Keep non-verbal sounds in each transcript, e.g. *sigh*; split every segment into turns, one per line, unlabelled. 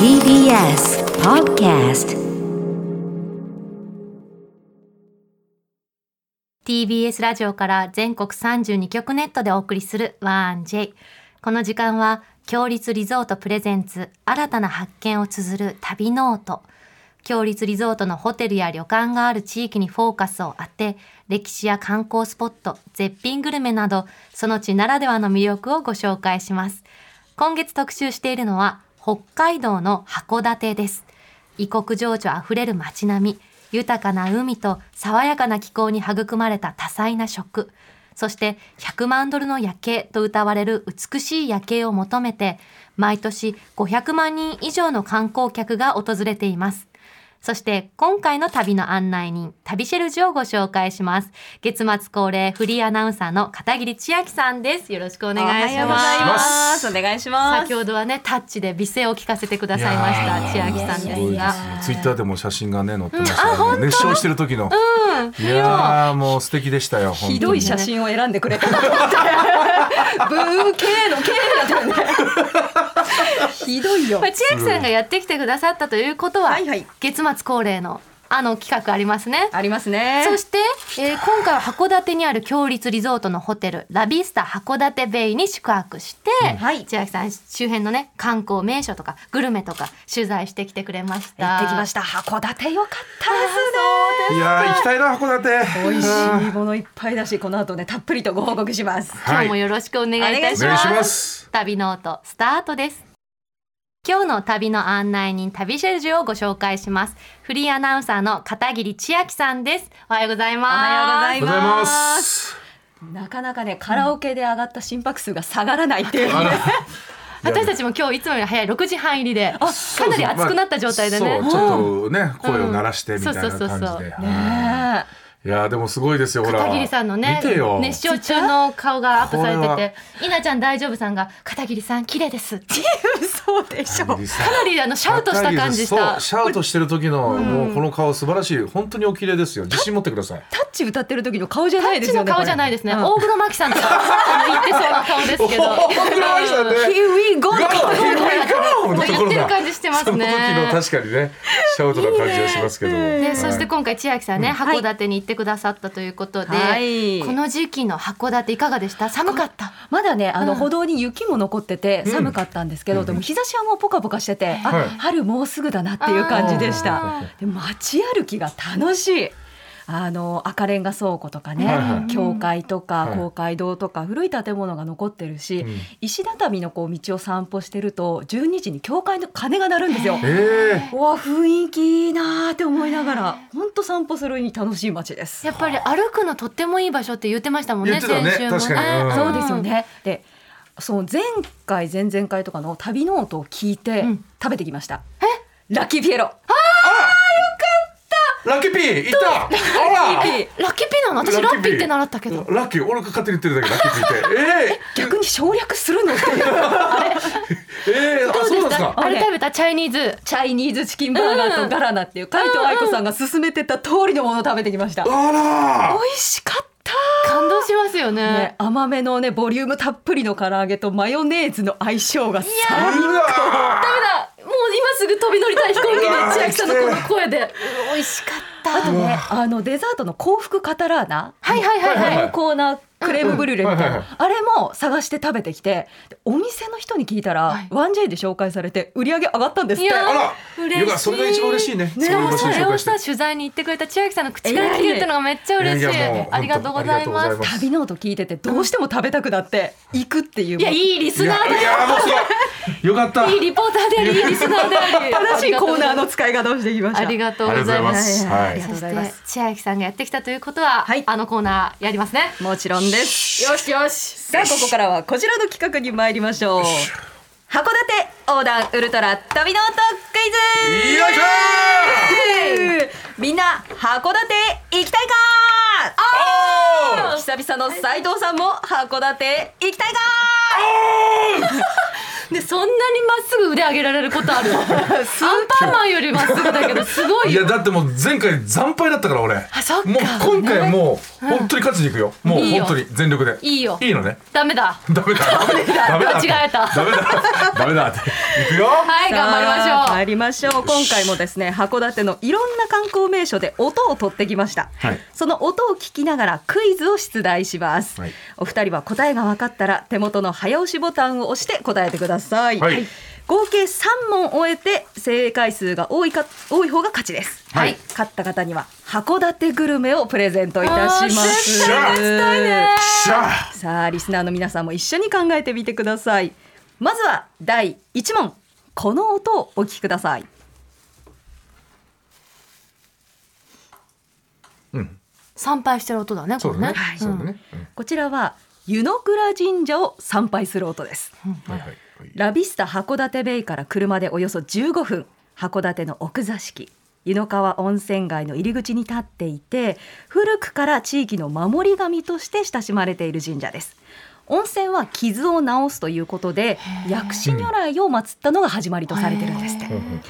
TBS Podcast
TBS ラジオから全国32局ネットでお送りする「ワン j この時間は「強立リゾートプレゼンツ新たな発見」を綴る旅ノート強立リゾートのホテルや旅館がある地域にフォーカスを当て歴史や観光スポット絶品グルメなどその地ならではの魅力をご紹介します今月特集しているのは北海道の函館です異国情緒あふれる街並み豊かな海と爽やかな気候に育まれた多彩な食そして100万ドルの夜景と謳われる美しい夜景を求めて毎年500万人以上の観光客が訪れていますそして今回の旅の案内人旅シェルジュをご紹介します月末恒例フリーアナウンサーの片桐千秋さんですよろしくお願いします
ます。お願いしま
先ほどはねタッチで美声を聞かせてくださいました
い
千
やー
秋さん
すご
で
い
す
で
が
すねツイッターでも写真がね載ってましたよね熱唱してる時のいやーもう素敵でしたよ
ひどい写真を選んでくれたなと思って。ブー系の系だったよね。ひどいよ
まあ、。千秋さんがやってきてくださったということは、
はいはい
月末恒例のあの企画ありますね。
ありますね。
そして、えー今回は函館にある強立リゾートのホテルラビスタ函館ベイに宿泊して、
はい
千秋さん周辺のね観光名所とかグルメとか取材してきてくれました。
やってきました。函館よかった
いやー行きたいな函館
美味
うん
しいものいっぱいだし、この後ねたっぷりとご報告します。
今
は
日
い
も
お
よろしくお願いいたし
願
ま
い
す
し。ます
旅ノートスタートです今日の旅の案内人旅シェルジュをご紹介しますフリーアナウンサーの片桐千秋さんですおはようございます
おは
お
ようご
はよ
ざ
う
い
ござい
ま。
ますす
なかなかねカラオケで上がった心拍数が下がらないっていう。
あの
私たちも今日いつもより早い6時半入りで
そ
*laughs* か
う
な
そう
り暑くなった状態でね、
まあそうちょっとね声を鳴らしてみたいな
うんそうそう
感
そうそう
じで
ね
いやーでもすごいですよほら
片桐さんのね
見てよ
熱唱中の顔がアップされ
これ
てて稲ちゃん大丈夫さんが片桐さん綺麗ですか
え *laughs* そうでしょ
片。桐さん
なりあのシャウトした感じし
片
た
桐さんそうシャウトしてる時のもうこの顔素晴らしい本当にお綺麗ですよ自信持ってください
タッチ歌ってる時の顔じゃないです
ち
よ
の
ね。
顔じゃない
い。
ですね、大黒摩季さんとかあの言ってそうな顔です
*laughs*
けど
黒さんね
Here we go
ゴーヒーのとこ
言っ
ろだ。
てる感じしてますね
その時の確かにね、シャウトな感じがしますけど。は
で
い
そして今回千秋さんね、
い
函館に行ってくださったということで、
はい
この時期の函館いかがでした寒かった
まだね、あの
うん
歩道に雪も残ってて寒かったんですけど、でも日差しはもうポカポカしてて、あ
はい
春もうすぐだなっていう感じでし
あ
た。で街歩きが楽しい。あの赤レンガ倉庫とかね、
はいはい
教会とか
はい
公会堂とか古い建物が残ってるし、
ん
石畳のこう道を散歩してると12時に教会の鐘が鳴るんですよ。
え
うわ雰囲気いいなーって思いながら本当散歩するに楽しい街です。
やっぱり歩くのとってもいい場所って言ってましたもんね
言ってたね
先週も
確かにうん
そうですよね。で、そう前回前々回とかの旅ノートを聞いて
うん
食べてきました。ラッキーピエロ。
ー、ラッキーピーいた。あら。
ラッキーピーなの私ラッピーって習ったけど
ラッキー、俺が勝手に言ってるだけ、ラッキーピーって。
*laughs*
逆に省略するのっていう。 *laughs*
えー、えー、あ、そう
どうん
な
で
ですす
か
か。
あれ食べたチャイニーズ
チャイニーズチキンバーガーとガラナっていう海藤愛子さんが勧めてた通りのものを食べてきました。美
あ
味しかった。
感動しますよね
ね、甘めのねボリュームたっぷりの唐揚げとマヨネーズの相性が
ら
さ。。
うわ
ダメだもう今すぐ飛び乗りたい飛行機で
うわー
千秋さんのこの声で美味しかった
あと
う
ね
わ、
あのデザートの幸福カタラーナ。
はいはいはいはい、
はい
濃厚なクレームブリュレみたい
うんうん
なあれも探して食べてきてでお店の人に聞いた
は
ら
い
1J で紹介されて売り上げ上がったんですっ
い
て
やー
あら
嬉しい
よかそれが一番嬉しいね
しかもそ
そうい
れ
う場所に
をさ
紹介して
取材に行ってくれた千秋さんの口から聞けるってのがめっちゃ嬉しい,、
いやいやもう本当
ありがとうござい
あ
ま
り
す
がとうございます
旅ノート聞いててどうしても食べたくなって行くっていう
いやい
も
いリ
ー。
ス
い
ナー
や、
だ
いや、もうすごい。よかった。
いいリポーターでありいいリスナーであり
う正しいコーナーの使い方をしてきました
ありがとうございます
ありがとうご
そし
ありがとうござ
ざいますはい
いま
て
す
千秋さんがやってきたということは、
はい
あのコーナーやりますね
もちろんです
よしよし
さあここからはこちらの企画に参りましょう函館横断ウルトラ旅ノートクイズ
よいしょー。
みんな函館行きたいか
あ
久々の斉藤さんも函館行きたいか
でそんなにまっすぐ腕上げられることあ
*laughs*
るアンパンマンよりまっすぐだけどすごい
い
よ
やだってもう前回惨敗だったから俺も
あそっか
う今回もう本当に勝ちにいくよ、もう
いいよ
本当に全力で
いいよ
いいのね
ダメだ
ダメだダメだ
間違えた
ダメだダメだっていくよ
はい頑張りましょう
参りましょう今回もですね函館のいろんな観光名所で音を取ってきました、
はい
その音を聞きながらクイズを出題します、
はい
お二人は答えが分かったら手元の早押しボタンを押して答えてください、
はい
合計3問終えて正解数が多いか多い方が勝ちです、
はい
勝った方には函館グルメをプレゼントいたします
あー絶対勝ちしゃあ
さあリスナーの皆さんも一緒に考えてみてくださいまずは第1問この音をお聞きください
うん
参拝してる音だね
そうだね、
はい
そうだね、うん
こちらは湯の倉神社を参拝する音です
はいはいはい
ラビスタ函館ベイから車でおよそ15分函館の奥座敷湯の川温泉街の入り口に立っていて古くから地域の守り神として親しまれている神社です温泉は傷を治すということで薬師如来を祀ったのが始まりとされてるんですって
うんうん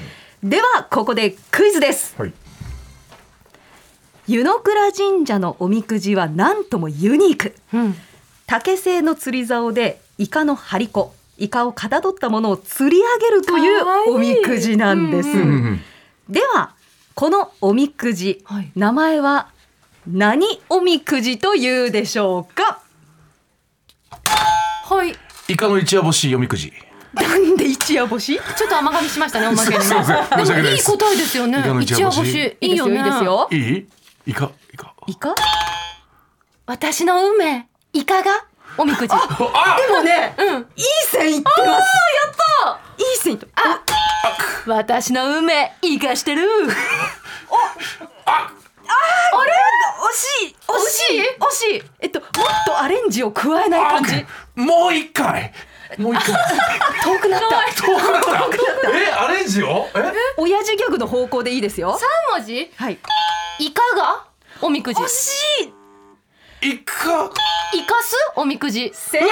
うん
ではここでクイズです
はい
湯の倉神社のおみくじは何ともユニーク
うん
竹製の釣り竿でイカの張り子イカをかたどったものを釣り上げるとい
かわいうい
おみくじなんです、
うんうんうん
ではこのおみくじ、
はい
名前は何おみくじというでしょうか
はい
イカの一夜干し読みくじ
なんで一夜星
ちょっと甘噛みしましたねおまけにね
すいません申し訳ない
でも
で
いい
す
答えですよね
イカの一
一夜
夜干
干
し
しいいよね
いいですよ
いいイカイカ
イカ
私の運命イカがおみくじあ
あ
でもね、
うん
いい線いってますいい線いってあ
*laughs* 私の運命イカしてる
惜しい惜しい
惜しい
えっともっとアレンジを加えない
あ
感じ
もう一回もう一 *laughs* 回
遠くなった
遠くなったえアレンジをえ
親父ギャグの方向でいいですよ
三文字
はい
イカがおみくじ
惜しい
イカ
イカすおみくじ
正
ちょっ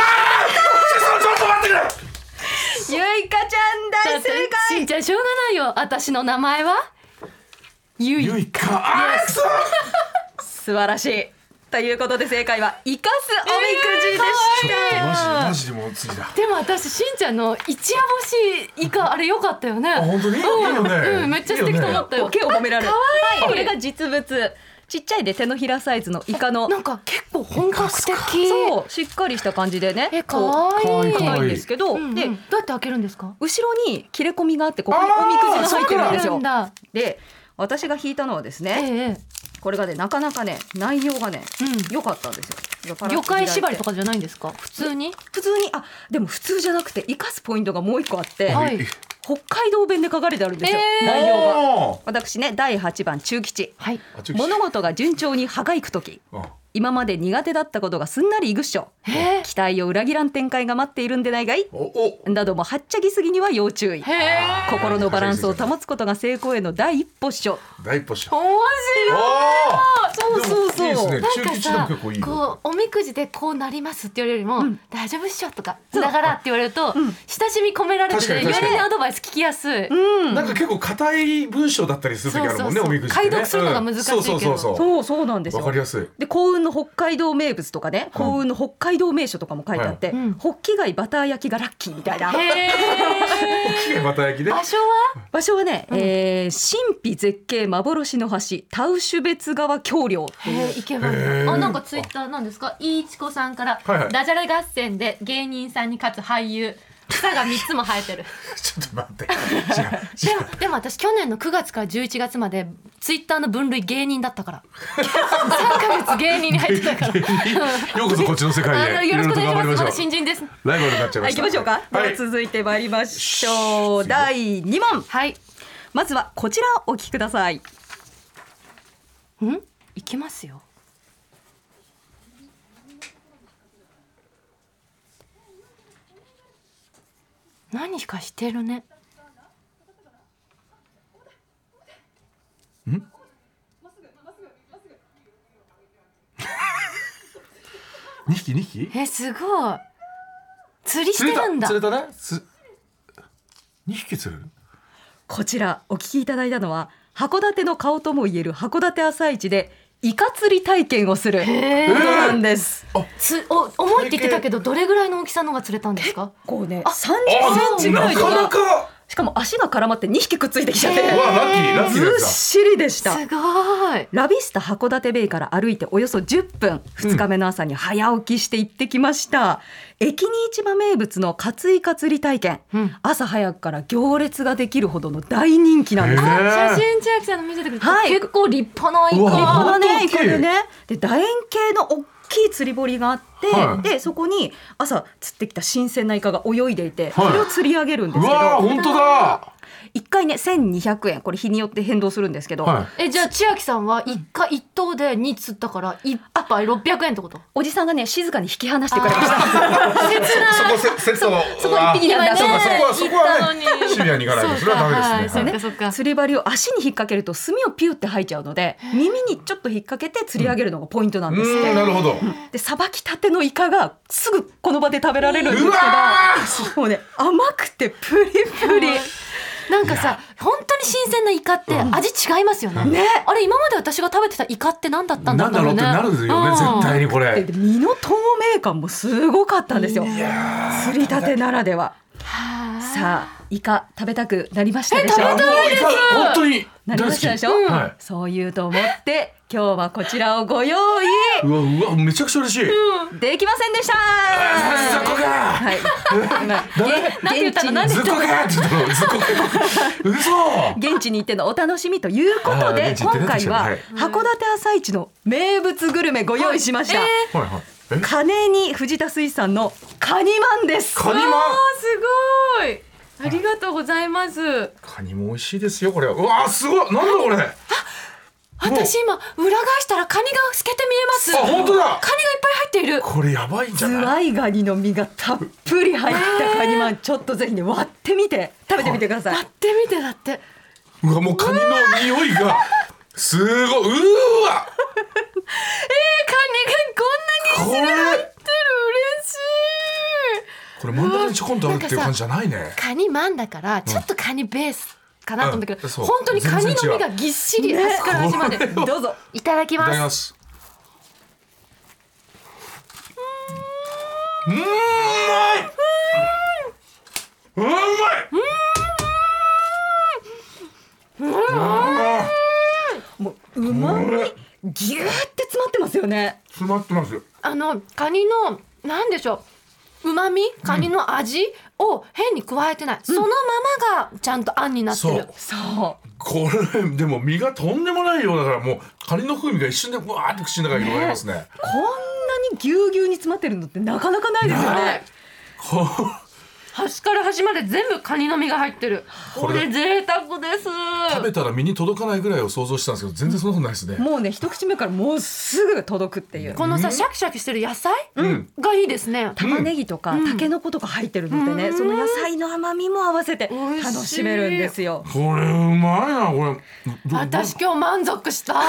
と待ってくれ
ゆいかちゃん大正解
しんちゃんしょうがないよ私の名前はゆい
ゆいかあくそ
*laughs*
素晴らしいということで正解は生かすおみくじでした、
マジマジでもう次だ
でも私しんちゃんの一夜干しイカあれ良かったよね
あ本当にいいよね
うんうんめっちゃ素敵と思ったよ
ボケを褒められる
愛い
これが実物ちっちゃいで手のひらサイズのイカの
なんか結構本格的
そうしっかりした感じでね
えか
こ
わいい
い
可愛
いんですけど、
うんうん
で
どうやって開けるんですか
後ろに切れ込みがあってここにおみくじが入ってるんです
あ
よ
るんだ
で私が引いたのはです
え
ね、
ええ
これがねなかなかね内容がね
うん
良かったんですよ
え魚介縛りと
か
かじゃないんですか普通に
普通にあでも普通じゃなくて生かすポイントがもう一個あって、
はい
北海道弁で書かれてあるんですよ、
えー
内容が
容
私ね第8番中吉
はい
物事が順調に歯がゆく時
が
今まで苦手だったことがすんなりいぐっしょ
へえ
期待を裏切らん展開が待っているんでないがい
おお
などもはっちゃぎすぎには要注意
へえ
心のバランスを保つことが成功への第一歩っしょ
第一歩し
面白い
そうそうそう
いいですね中
なんか
吉でも
さ
結構いいよ
こうおみくじでこうなりますって言われるよりも、
うん
大丈夫っしょとか
そう
だからって言われると、親しみ込められて
確か
て
に確か
よ
に
りアドバイス聞きやすい、
うん
なんか結構硬い文章だったりする時あるもんね
そうそうそう
おみくじってね
解読するのが難しいけど
うんそうそうそうそう
そうそうなんです
わ
よ
かりやすい
で幸運の北海道名物とかね幸運の北海道名所とかも書いてあって、
いうん
ホッキ貝バター焼きがラッキーみたいな
へー
綺麗また焼きで
場所は
場所はね、えー神秘絶景幻の橋タウシュベツ川橋梁っていう
へーイケメン
へー
あなんかツイッターなんですかいいちこさんから、
はいはい
ダジャレ合戦で芸人さんに勝つ俳優草が三つも生えてる
ちょっと待っ
*laughs*
て
でもでも私去年の9月から11月までツイッターの分類芸人だったから *laughs* 3ヶ月芸人に入ってたから
ようこそこっちの世
あ
界
の
へい
よろ
ろ
しくお
いろと
願い
頑
しま
張
す
り
ま
ましょ
だ
う
新人です
ライバルになっちゃい
は
ま
い、
し
行き
た
ましょうか、
は
ではい続いてまいりましょう第2問
はい
まずはこちらお聞きください
ん行きますよ何かしてるね
二匹二匹
えすごい釣りしてるんだ
釣れた釣れたねす2匹釣れる
こちらお聞きいただいたのは函館の顔ともいえる函館朝市でイカ釣り体験をすること
へー
なんです。
つお重いって言ってたけどどれぐらいの大きさのが釣れたんですか
こうね
あ
30センチぐらいの
なかな
が
かわ
しかも足が絡まって2匹くっついてきちゃって
あラッキーラッキー
ず
なや
っ
つだ
しりでし
す
た。
ごい
ラビスタ函館ベイから歩いておよそ10分2日目の朝に早起きして行ってきました、駅に市場名物のカツイカ釣り体験
うん
朝早くから行列ができるほどの大人気なんです
へー
写真千秋さんの見せてくれた、
はい
結構立派なイ
う
カ
わ
立派なね
大
イ
きい
カでねで楕円形の大きい釣り堀があって、
はい
でそこに朝釣ってきた新鮮なイカが泳いでいて、
はい
それを釣り上げるんです
う
け
わー
ど
本当だ
一回ね1200円これ日によって変動するんですけど、
はい
えじゃあ千秋さんは一回一頭で2釣ったから一杯600円ってこと
おじさんがね静かに引き離してくれました
*laughs* そこせセットの
そこ一匹なんだ
そこはそこはそこは
行ったの
ね
に
シビアに行かないとそれはダメです
そうか、
ね
はいそっかそっか
釣り針を足に引っ掛けると墨をピュって吐いちゃうので耳にちょっと引っ掛けて釣り上げるのがポイントなん
う
ですっ
ーんなる
て
ほど
でさばきたてのイカがすぐこの場で食べられるんです
うわ
けどもうね甘くてプリプリ
なんかさ本当に新鮮なイカって味違いますよね、
うん
ね
あれ今まで私が食べてたイカって何だったんだ
なんだろうってなるんですよね絶対
に
にこ
で
れ
で身の透明感もすごかったんですよ釣りたてならではさあイカ食べたくなりましたでしょ
あもういか本当に
なりましたでしょ、
うんはい
そう言うと思って今日はこちらをご用意
うわうわめちゃくちゃ嬉しい
できませんでした
あーそこか
はい。
*laughs*
なんて言ったのなん
現
で
ずっこけーって言ったのずっこけ嘘
地現地に行ってのお楽しみということ
あー
で、
現地行っ
今
て
回
ね
は
確
函館朝市の名物グルメご用意しました。
はいはいえ
金に藤田水産のカニマンです。
カニマン
ごいありがとうございます
カニも美味しいですよこれはうわーすごいなんだこれあ
私今裏返したらカニが透けて見えます
本当
カニがい
だ
っぱい入っている
これやばいんじ
ズ
ゃない
ワイガニの身がたっぷり入ったカニマン、ちょっとぜひね割ってみて食べてみてください
やっ。てみてだって
うわもうカニの匂いがすごいうーわ
カニがこんなに
これ
入ってる嬉しい
これ真ん中にちょこんとあるっていう感じじゃないね
カニマンだからちょっとカニベースかなと思ったけど、
うんそう
本当にカニの身がぎっしり
全然違う
端から端まで、
ね
どうぞ。
いただき
いた
ま
だ
す
きますうーんうまいうーんうま
もううまみ
いうまい
ぎゅーって詰まってますよね。
詰まってます
あのカニのなんでしょう旨味カニの味を変に加えてない、そのままがちゃんとあんになって
そ
る
う
そう。
これでも身がとんでもないようだからもうカニの風味が一瞬でぶわーって口の中に広がりますね
こんなにぎゅうぎゅうに詰まってるのってなかなかないですよね。
こ
端から端まで全部カニの身が入ってるこ
これ
れ贅沢です
う食べたら身に届かないぐらいを想像してたんですけど全然そんなことないですね、
もうね一口目からもうすぐ届くっていう。
このさシャキシャキしてる野菜、
ん
がいいですね
玉ねぎとか、タケノコとか入ってるのでね、その野菜の甘みも合わせて
美味しい
楽しめるんですよ。
これうまいなこれど
私今日満足した
こ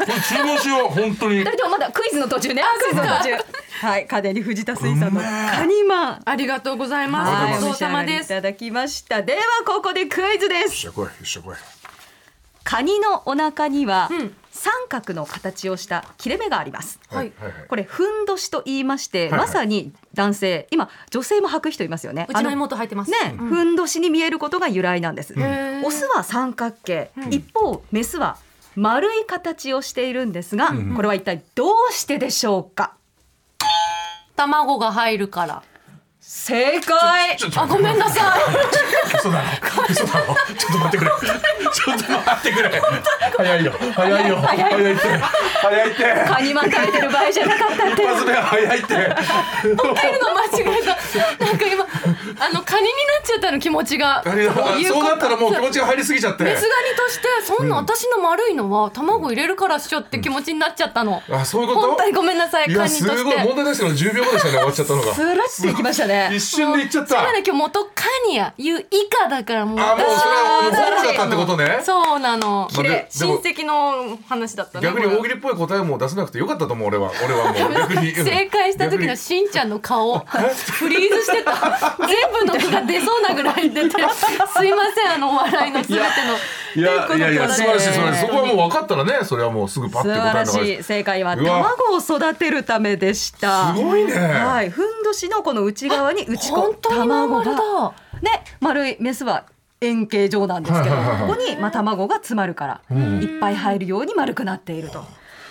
れ注文しよう本当に
でもまだクイズの途中ね。クイズの途中。はい、家電に藤田水産の
うめえ
カニマン。
ありがとうござい
は
ま
い
すごちそうさま
お召し上がり
で
い
す
ただきました。ではここでクイズです。
よっしゃ来いよっしゃ来い
カニのお腹には、
ん
三角の形をした切れ目があります。
はいはいはい
これふんどしと言いまして、
いはい
まさに男性今女性も履く人いますよね
うちの
あ
妹入ってます
ね、
うん
ふんどしに見えることが由来なんです、
へー
オスは三角形、一方メスは丸い形をしているんですが、
ん
これは一体どうしてでしょうか
卵が入るから
正解
ちょっと
あごめんなさい
嘘だろ嘘だろちょっと待ってくれちょっと待ってくれ早いよ早いよ
早い
早いって早いって
カニマン食べてる場合じゃなかったって
一発目は早いって
入るの間違えたなんか今あのカニになっちゃったの気持ちが
あれ
こういう
そうなったらもう気
そう
持ちが入りすぎちゃって
メスガニとしてそんな私の丸いのは卵入れるからっしょって気持ちになっちゃったの、
あそういうこと
本当にごめんなさい
い
カ
や
ニと
す
して
ごい問題出したの10秒後でしたね終わっちゃったの
ス
が
ラッていきましたね
一瞬でいっちゃった
まだ今日元カニやいう以下だからもう
あもうそれはもう
私
本だったってことね
そうなの
まあでで
親
も
戚の話だったね
逆に大喜
こ
利っぽい答えも出せなくてよかったと思う俺は
*laughs*
俺はもう逆に
れ正解した時
逆
の
に
しんちゃんの顔フリーズしてた全部の力が出そうなぐらい出てすいませんあのお笑いのすべての
いやいやいや
と
素
いう
晴
ことで
らしい素晴らしいそこはもう分かったらねそれはもうすぐパッ
素
て
晴
答え
ら
の
し
が
い正解は
うわ
卵を育てるためでした
すごいね
はい、ふんどしのこの内側に打ち込
本当にまん
卵
丸だ
がね丸いメスは円形状なんですけど
はいはいはいはい
ここにまあ卵が詰まるから
ん
いっぱい入るように丸くなっていると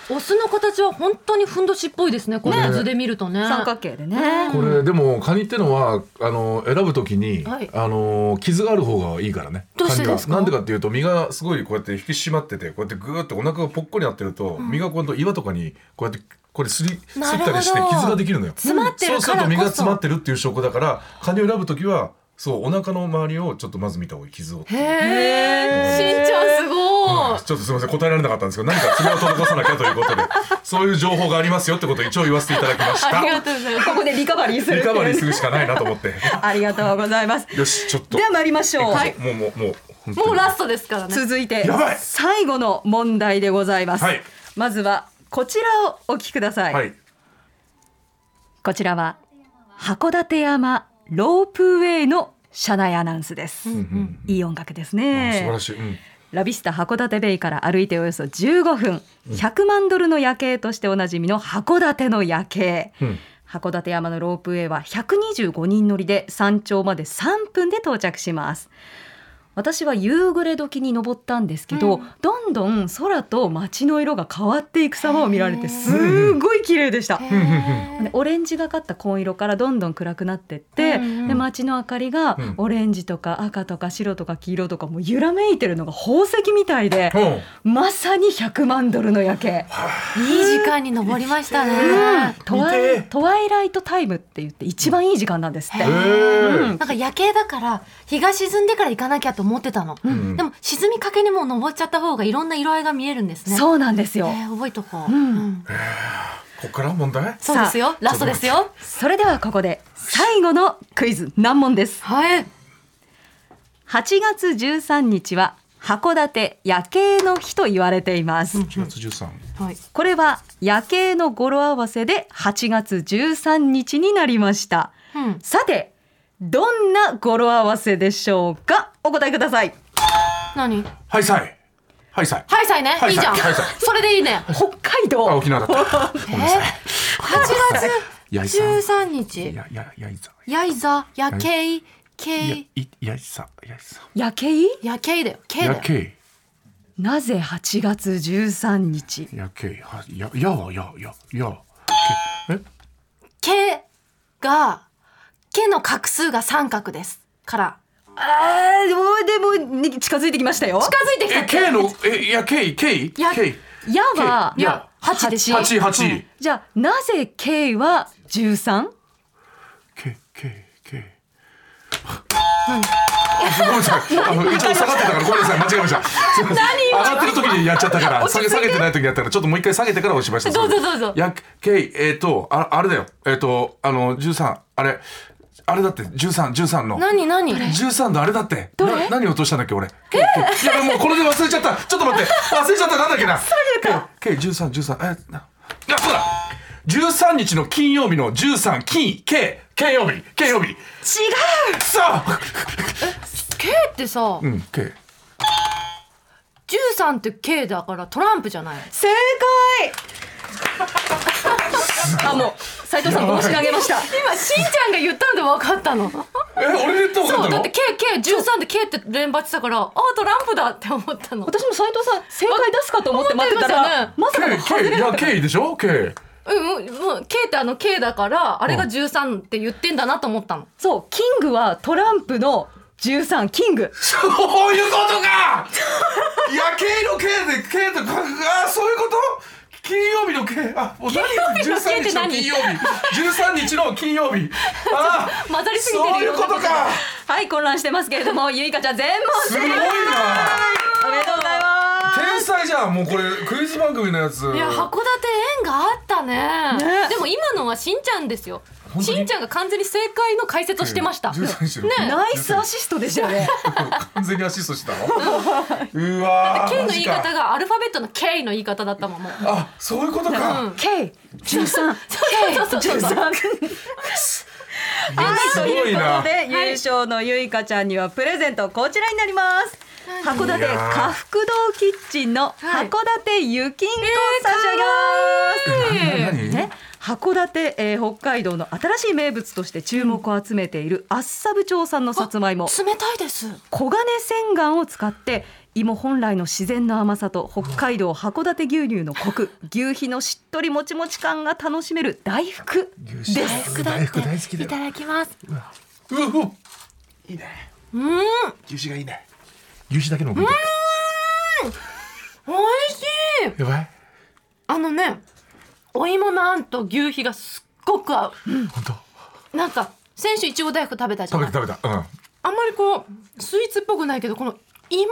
オスの形は本当にふんどしっぽいですねこの図で見るとね
三角形でね
これでもカニってのはあの選ぶときに、
はい
あの傷がある方がいいからね
どうして
カニは
ですか
なんでかっていうと身がすごいこうやって引き締まっててこうやってグーってお腹がぽっこりなってると、身が今度岩とかにこうやってこれすりすっ
なるほど
たりして傷ができるのよ
詰まってるからこそ
そうすると身が詰まってるっていう証拠だからカニを選ぶときはそうお腹の周りをちょっとまず見た方がいい傷をっていう
へえしんちゃんすごい
ちょっとすみません答えられなかったんですけど何か爪を届かさなきゃということでそういう情報がありますよってことを一応言わせていただきまし
あ
た
りがとうございます
ここでリカバリーする
リ
ってい
カ
うね
バリーするしかないなと思って
ありがとうございます
よしちょっと
では参りましょう、
えもうもうもう本当に
もうラストですからね
続いて
やばい
最後の問題でございます、
はい
まずはこちらをお聞きください、
はい
こちらは函館山ロープウェイの車内アナウンスです、
うんうん
いい音楽です
うん素晴
ね
らしい、うん、
ラビスタ函館ベイから歩いておよそ15分100万ドルの夜景としておなじみの函館の夜景、
うん
函館山のロープウェイは125人乗りで山頂まで3分で到着します私は夕暮れ時に登ったんですけど、どんどん空と街の色が変わっていく様を見られてすごい綺麗でした、
うんうん
でオレンジがかった紺色からどんどん暗くなってって、
うんうん
で街の明かりが
うん
オレンジとか赤とか白とか黄色とかもう揺らめいてるのが宝石みたいで、
うんうん
まさに100万ドルの夜景。
いい時間に登りましたね
トワ
見て
イトワイライトタイムって言って一番いい時間なんですって。
へ
うん
ー
なんか夜景だから日が沈んでから行かなきゃと思ってたの、
ん
でも沈みかけにもう登っちゃった方がいろんな色合いが見えるんですねう、
そうなんですよ。
えー、覚えとこう、
うん
うん
こっから問題
そうですよラストですよ
それではここで最後のクイズ難問です。
はい
8月13日は函館夜景の日と言われています。
1月13
はい
これは夜景の語呂合わせで8月13日になりました。
うん
さて、どんな語呂合わせでしょうかお答えください。
何
ハイサイハイサイ
ハイサイね、
ハイサイ
いいじゃん、
ハイサイ
それでいいね
北海
あ
道。
沖縄だった
えー、8
やい
月
さん
13
い
日
やいやいやいざ
やいざ夜景
いや
けい
いやいさやいさ
夜景
夜景だよ景だ
や
よ
けい
なぜ8月13日
やけいはややはやややけえ
けがけの画数が三角ですから
あーもうでもね近づいてきましたよ。
近づいてきた
えけいのえやけいけい
や
けい
やは、
いや
八でしょ
八八
じゃあなぜ K は 13?
けけけごめんなさい。あの一応下がってたからごめんなさい間違えました。すいません上がってる時にやっちゃったから下げ下げてない時にやったからちょっともう一回下げてから押しました。
どうぞどうぞ
やけいえっ、とああれだよえっ、とあの十三あれあれだって十三十三の。
何何
十三のあれだって。どれ？何落としたんだっけ俺。けいけいいやもうこれで忘れちゃった。ちょっと待って忘れちゃったなんだっけな。けいけい十三十三えなあそうだ。十三日の金曜日の十三金けい金曜日金曜日。違う。さあ。
K ってさ、
うん、K。
13って K だからトランプじゃない
正解 *laughs* あもう斉藤さん申し上げました。
今しんちゃんが言ったんで分かったの
え、俺で言った
そう
こ
だ
と
っ
あ
て
る
K K13 で K って連発したからあトランプだって思ったの
私も斉藤さん正解出すかと思って待ってた
思って
らまさかの
の ?K、
外れ
K、い
だ
や、
った
K でしょ ?K。
うんうんうん K ってあの K だからあれが13って言ってんだなと思ったの
そうキングはトランプの13キング
そういうこと
*laughs*
かいや、K の K で、K とか、あー、そういうこと金曜日の K、あ、もう何
金曜日の K って何
金曜日、13日の金曜日。あー、
混ざりすぎてるよ
そういうことか
はい混乱してますけれど
*laughs*
もゆいかちゃん全問
す
正
ごい
*laughs*
な
解おめでとうございます
天才じゃんもうこれ、クイズ番組のやつ。
いや函館縁があったねでも今のはしんちゃんですよ
本当に
しんちゃんが完全に正解の解説をしてました
13日の *laughs*
ね
ナイスアシストでしたよね
完全にアシストした
*laughs*
のうわー。
K の
マ
言い
ジ
方
か
がアルファベットの K の言い方だったもんもう
あ、 *laughs* そういうことか。
K13
そうそうそうそう
K13
す
と
ご
い
いう
こと
な。
で優勝のゆいかちゃんにはプレゼントこちらになります函
い
館
やー
下福堂キッチンの
はい
函館ゆきんこ差し上げます、
な *laughs* 何
ね、函館、えー北海道の新しい名物として注目を集めている厚沢部町産のさつまいも
冷たいです
黄金洗顔を使って芋本来の自然の甘さと北海道函館牛乳のコク牛皮のしっとりもちもち感が楽しめる大福
牛脂
です
大福大好きだ
い
よ
ただきます。
うわうわいいね
うん、
牛脂がいいね牛脂だけのも食い
美味しい
たいやばい
あのねお芋のあんと牛皮がすっごく合
本当
うなんか先週いちご大福食べたじゃ
食べ
ない
た食べたうん
あんまりこうスイーツっぽくないけどこの芋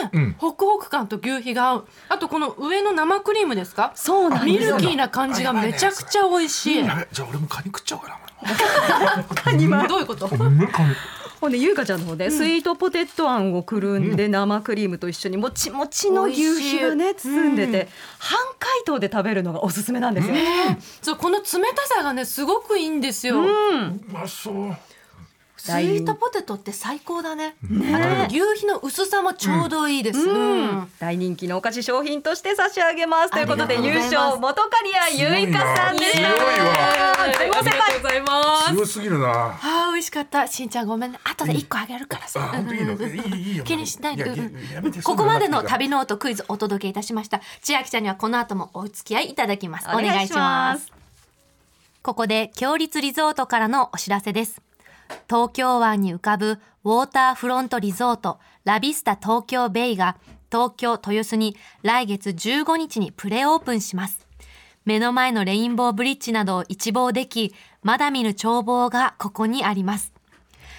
のね、
うん
ホクホク感と牛皮が合うあとこの上の生クリームですか
そうなん
ミ
です
ル
よ
キーな感じがめちゃくちゃ美味しい、
やべじゃあ俺もカニ食っちゃおうか
どういうこと
なうめえカニ
ほんで優香ちゃんの方で、スイートポテトあんをくるんで生クリームと一緒にもちもちの牛皮を
美
ね
味しい
包んでて、半解凍で食べるのがおすすめなんですよ、
そうこの冷たさがねすごくいいんですよ、
うまそう
スイートポテトって最高だねあと牛皮の薄さもちょうどいいです、うん
大人気のお菓子商品として差し上げますということで
ありが
優
とうございます
勝元刈谷ゆいかさんでした
強いわ
すいません
とうございます
強すぎるな
あー美味しかったしんちゃんごめんね後で一個あげるから
あ
さ、
本当いいのいいいいいいよ
気にしないで。
や
うん
やや
う
め
ん
て
ここまでの
そんな
旅ノートクイズお届けいたしました。千秋ちゃんにはこの後もお付き合いいただきます。お願いします。ここで強立リゾートからのお知らせです。東京湾に浮かぶウォーターフロントリゾートラビスタ東京ベイが東京豊洲に来月15日にプレオープンします。目の前のレインボーブリッジなどを一望でき、まだ見ぬ眺望がここにあります。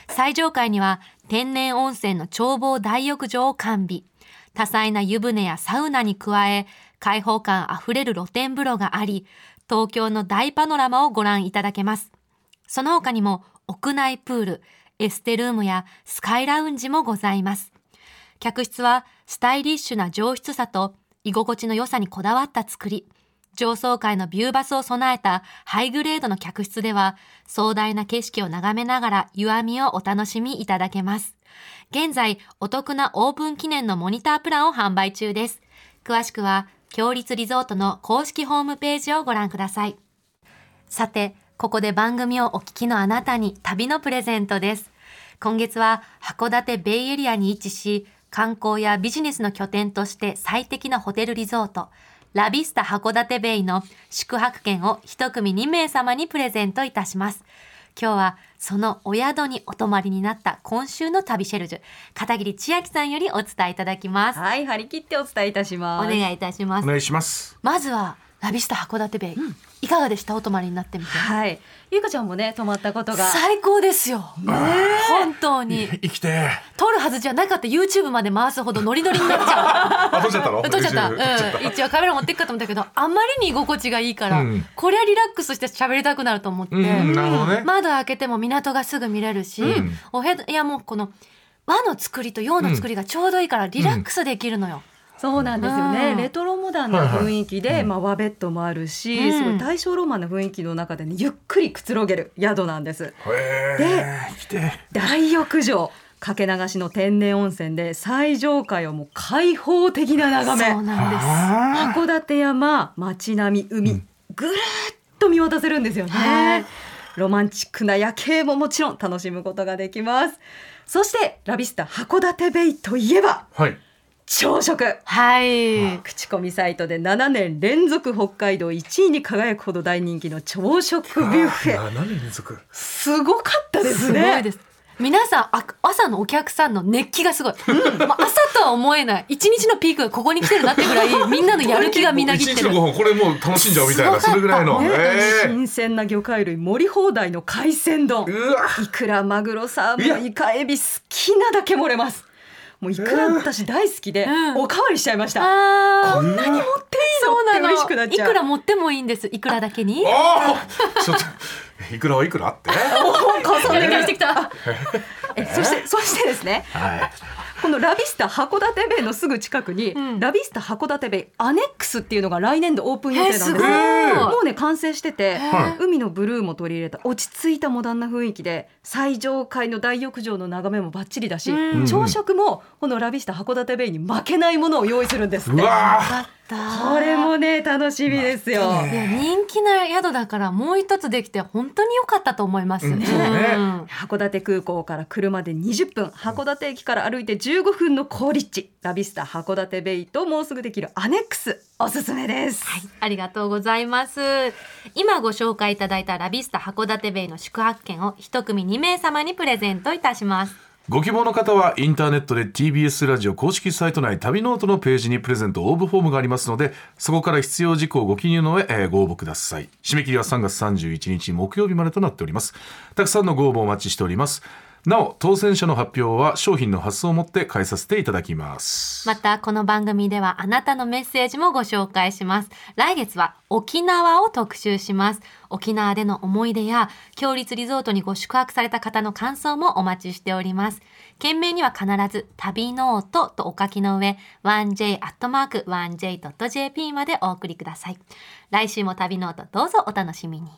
最上階には天然温泉の眺望大浴場を完備。多彩な湯船やサウナに加え、開放感あふれる露天風呂があり、東京の大パノラマをご覧いただけます。その他にも屋内プール、エステルームやスカイラウンジもございます。客室はスタイリッシュな上質さと居心地の良さにこだわった作り。上層階のビューバスを備えたハイグレードの客室では壮大な景色を眺めながら湯あみをお楽しみいただけます。現在お得なオープン記念のモニタープランを販売中です。詳しくは強立リゾートの公式ホームページをご覧ください。さて、ここで番組をお聞きのあなたに旅のプレゼントです。今月は函館ベイエリアに位置し、観光やビジネスの拠点として最適なホテルリゾート、ラビスタ函館ベイの宿泊券を一組2名様にプレゼントいたします。今日はそのお宿にお泊まりになった今週の旅シェルジュ、片桐千秋さんよりお伝えいただきます。
はい張り切ってお伝えいたし
お
ます
願いいたしま
お
す。
願いします
まずはラビスタ函館ベイ、いかがでしたお泊まりになってみて
はいゆいかちゃんもね泊まったことが
最高ですよ、本当に
生きて
撮るはずじゃなかった YouTube まで回すほどノリノリになっち
*laughs*
ゃ
あ撮っちゃったの
う撮っちゃった、
撮っちゃっ
うん、一応カメラ持ってくかと思ったけどあまりに居心地がいいから、
うん
こりゃリラックスして喋りたくなると思って、
うんうんなるほどね
窓開けても港がすぐ見れるし、
うん
お部屋もこの和の作りと洋の作りがちょうどいいからリラックスできるのよ、
そうなんですよね、
うん
レトロモダンな雰囲気で、まあ、和ベッドもあるし、
うん
すごい大正ロマンな雰囲気の中で、ね、ゆっくりくつろげる宿なんです
たへえ生きて
大浴場かけ流しの天然温泉で最上階はもう開放的な眺
そう
め
なんです
あ
函館山街並み海、ぐるっと見渡せるんですよ
は
ね
い
ロマンチックな夜景ももちろん楽しむことができますそしてラビスタ函館ベイといえば
ーはい
朝食
はい
口コミサイトで7年連続北海道1位に輝くほど大人気の朝食ビュッフェ
あ何年連続
すごかったです
すごい
ね
です。皆さんあ朝のお客さんの熱気がすごい、まあ、朝とは思えない一日のピークがここに来てるなってぐらいみんなのやる気がみなぎって
もう
る
一日のご飯これもう楽しんじゃおうみたい
す
なそれ
ご
ぐ
からった
いの
ね
へー
新鮮な魚介類盛り放題の海鮮丼
うわ
いくらマグロサ
い
ー
や
モンイカエビ好きなだけ盛れますもういくら私大好きで
うん
おかわりしちゃいました、
あ
こ
ー
んなに持って
そう
いいのって
な
嬉しくな
の
っ
い
ちゃう
くら持ってもいいんですいくらだけに
ああ *laughs* ちょっといくらはいくらって
お重ね
やり返し
が
てきた
えそしてそしてですね
はい
このラビスタ函館ベイのすぐ近くに、
ん
ラビスタ函館ベイアネックスっていうのが来年度オープン予定なんです
えーすごい
もうね完成してて、
は
海のブルーも取り入れた落ち着いたモダンな雰囲気で最上階の大浴場の眺めもバッチリだし、
うん
朝食もこのラビスタ函館ベイに負けないものを用意するんですっ
う
て
わー
かった
これもね楽しみですよ。
また
い
ね
や人気な宿だからもう一つできて本当に良かったと思います、
うんそうね
ん
函館空港から車で20分函館駅から歩いて15分の好立地ラビスタ函館ベイともうすぐできるアネックスおすすめです、
はい、ありがとうございます。今ご紹介いただいたラビスタ函館ベイの宿泊券を一組2名様にプレゼントいたします。
ご希望の方はインターネットで TBS ラジオ公式サイト内旅ノートのページにプレゼント応募フォームがありますのでそこから必要事項をご記入の上、えーご応募ください締め切りは3月31日木曜日までとなっておりますたくさんのご応募をお待ちしておりますなお当選者の発表は商品の発送をもって返させていただきます
またこの番組ではあなたのメッセージもご紹介します来月は沖縄を特集します沖縄での思い出や強立リゾートにご宿泊された方の感想もお待ちしております件名には必ず旅ノートとお書きの上 1j.1j.jp までお送りください来週も旅ノートどうぞお楽しみに